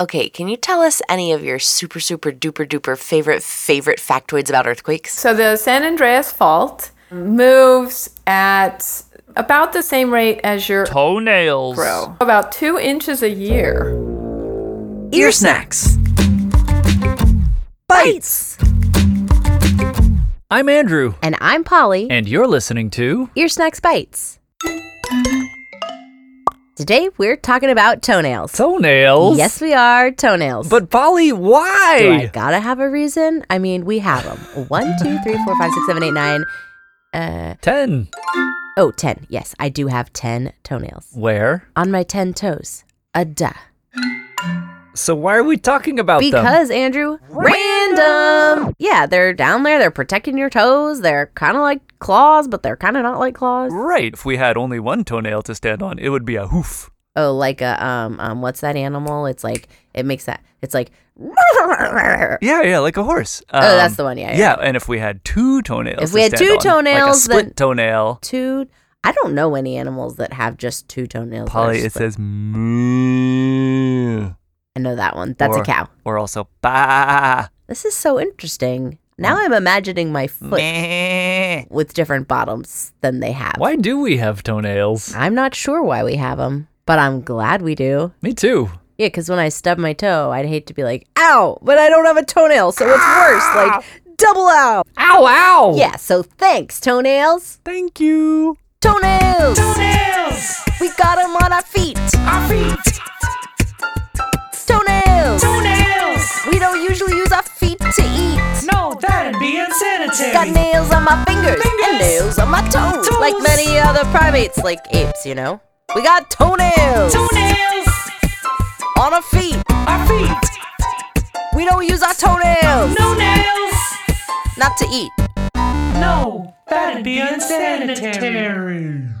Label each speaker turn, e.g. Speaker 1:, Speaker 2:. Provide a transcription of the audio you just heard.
Speaker 1: Okay, can you tell us any of your super, super duper duper favorite, favorite factoids about earthquakes?
Speaker 2: So the San Andreas Fault moves at about the same rate as your
Speaker 3: Toenails.
Speaker 2: row, about two inches a year.
Speaker 4: Ear snacks. Bites.
Speaker 3: I'm Andrew,
Speaker 5: And I'm Polly.
Speaker 3: and you're listening to
Speaker 5: Ear Snacks Bites. Today we're talking about toenails.
Speaker 3: Toenails.
Speaker 5: Yes, we are toenails.
Speaker 4: But Polly,
Speaker 5: do I
Speaker 4: why?
Speaker 5: gotta have a reason? I mean, we have them. One, two, three, four, five, six, seven, eight, nine. Uh,
Speaker 3: 10.
Speaker 5: oh, ten. Yes, I do have ten toenails
Speaker 3: Where?
Speaker 5: on my ten toes. A duh.
Speaker 4: So why are we talking about them?
Speaker 5: Because Andrew, random. Yeah, they're down there. They're protecting your toes. They're kind of like claws, but they're kind of not like claws.
Speaker 3: Right. If we had only one toenail to stand on, it would be a hoof.
Speaker 5: Oh, like a um um. What's that animal? It's like it makes that. It's like.
Speaker 3: Yeah, yeah, like a horse. Um,
Speaker 5: Oh, that's the one, yeah,
Speaker 3: Yeah, and if we had two toenails,
Speaker 5: If
Speaker 3: to
Speaker 5: we had
Speaker 3: stand
Speaker 5: two
Speaker 3: on, like a
Speaker 5: toenails,
Speaker 3: split
Speaker 5: then-
Speaker 3: toenail.
Speaker 5: two. I don't know any animals that have just two toenails. that are
Speaker 3: Polly, it
Speaker 5: split.
Speaker 3: says moo.
Speaker 5: I know that one. That's
Speaker 3: or-
Speaker 5: a cow.
Speaker 3: Or also ba.
Speaker 5: This is so interesting. Now
Speaker 3: Mm.
Speaker 5: I'm imagining my foot
Speaker 3: Meh.
Speaker 5: with different bottoms than they have.
Speaker 3: Why do we have toenails?
Speaker 5: I'm not sure why we have them, but I'm glad we do.
Speaker 3: Me too.
Speaker 5: Yeah, because when I stub my toe, I'd hate to be like, ow, but I don't have a toenail, so it's worse. Like, double ow.
Speaker 3: Ah. Ow, ow.
Speaker 5: Yeah, so thanks, toenails.
Speaker 3: Thank you.
Speaker 5: Toenails! Toenails! We got them on our feet. Our feet. Toenails! Toenails! We don't usually use our feet to eat.
Speaker 4: No, that'd be insanity.
Speaker 5: Got nails on my fingers, and nails on my toes, like many other primates, like apes, you know. We got toenails. Toenails on our feet. Our feet. We don't use our toenails. No nails. Not to eat.
Speaker 4: No, that'd be insanitary.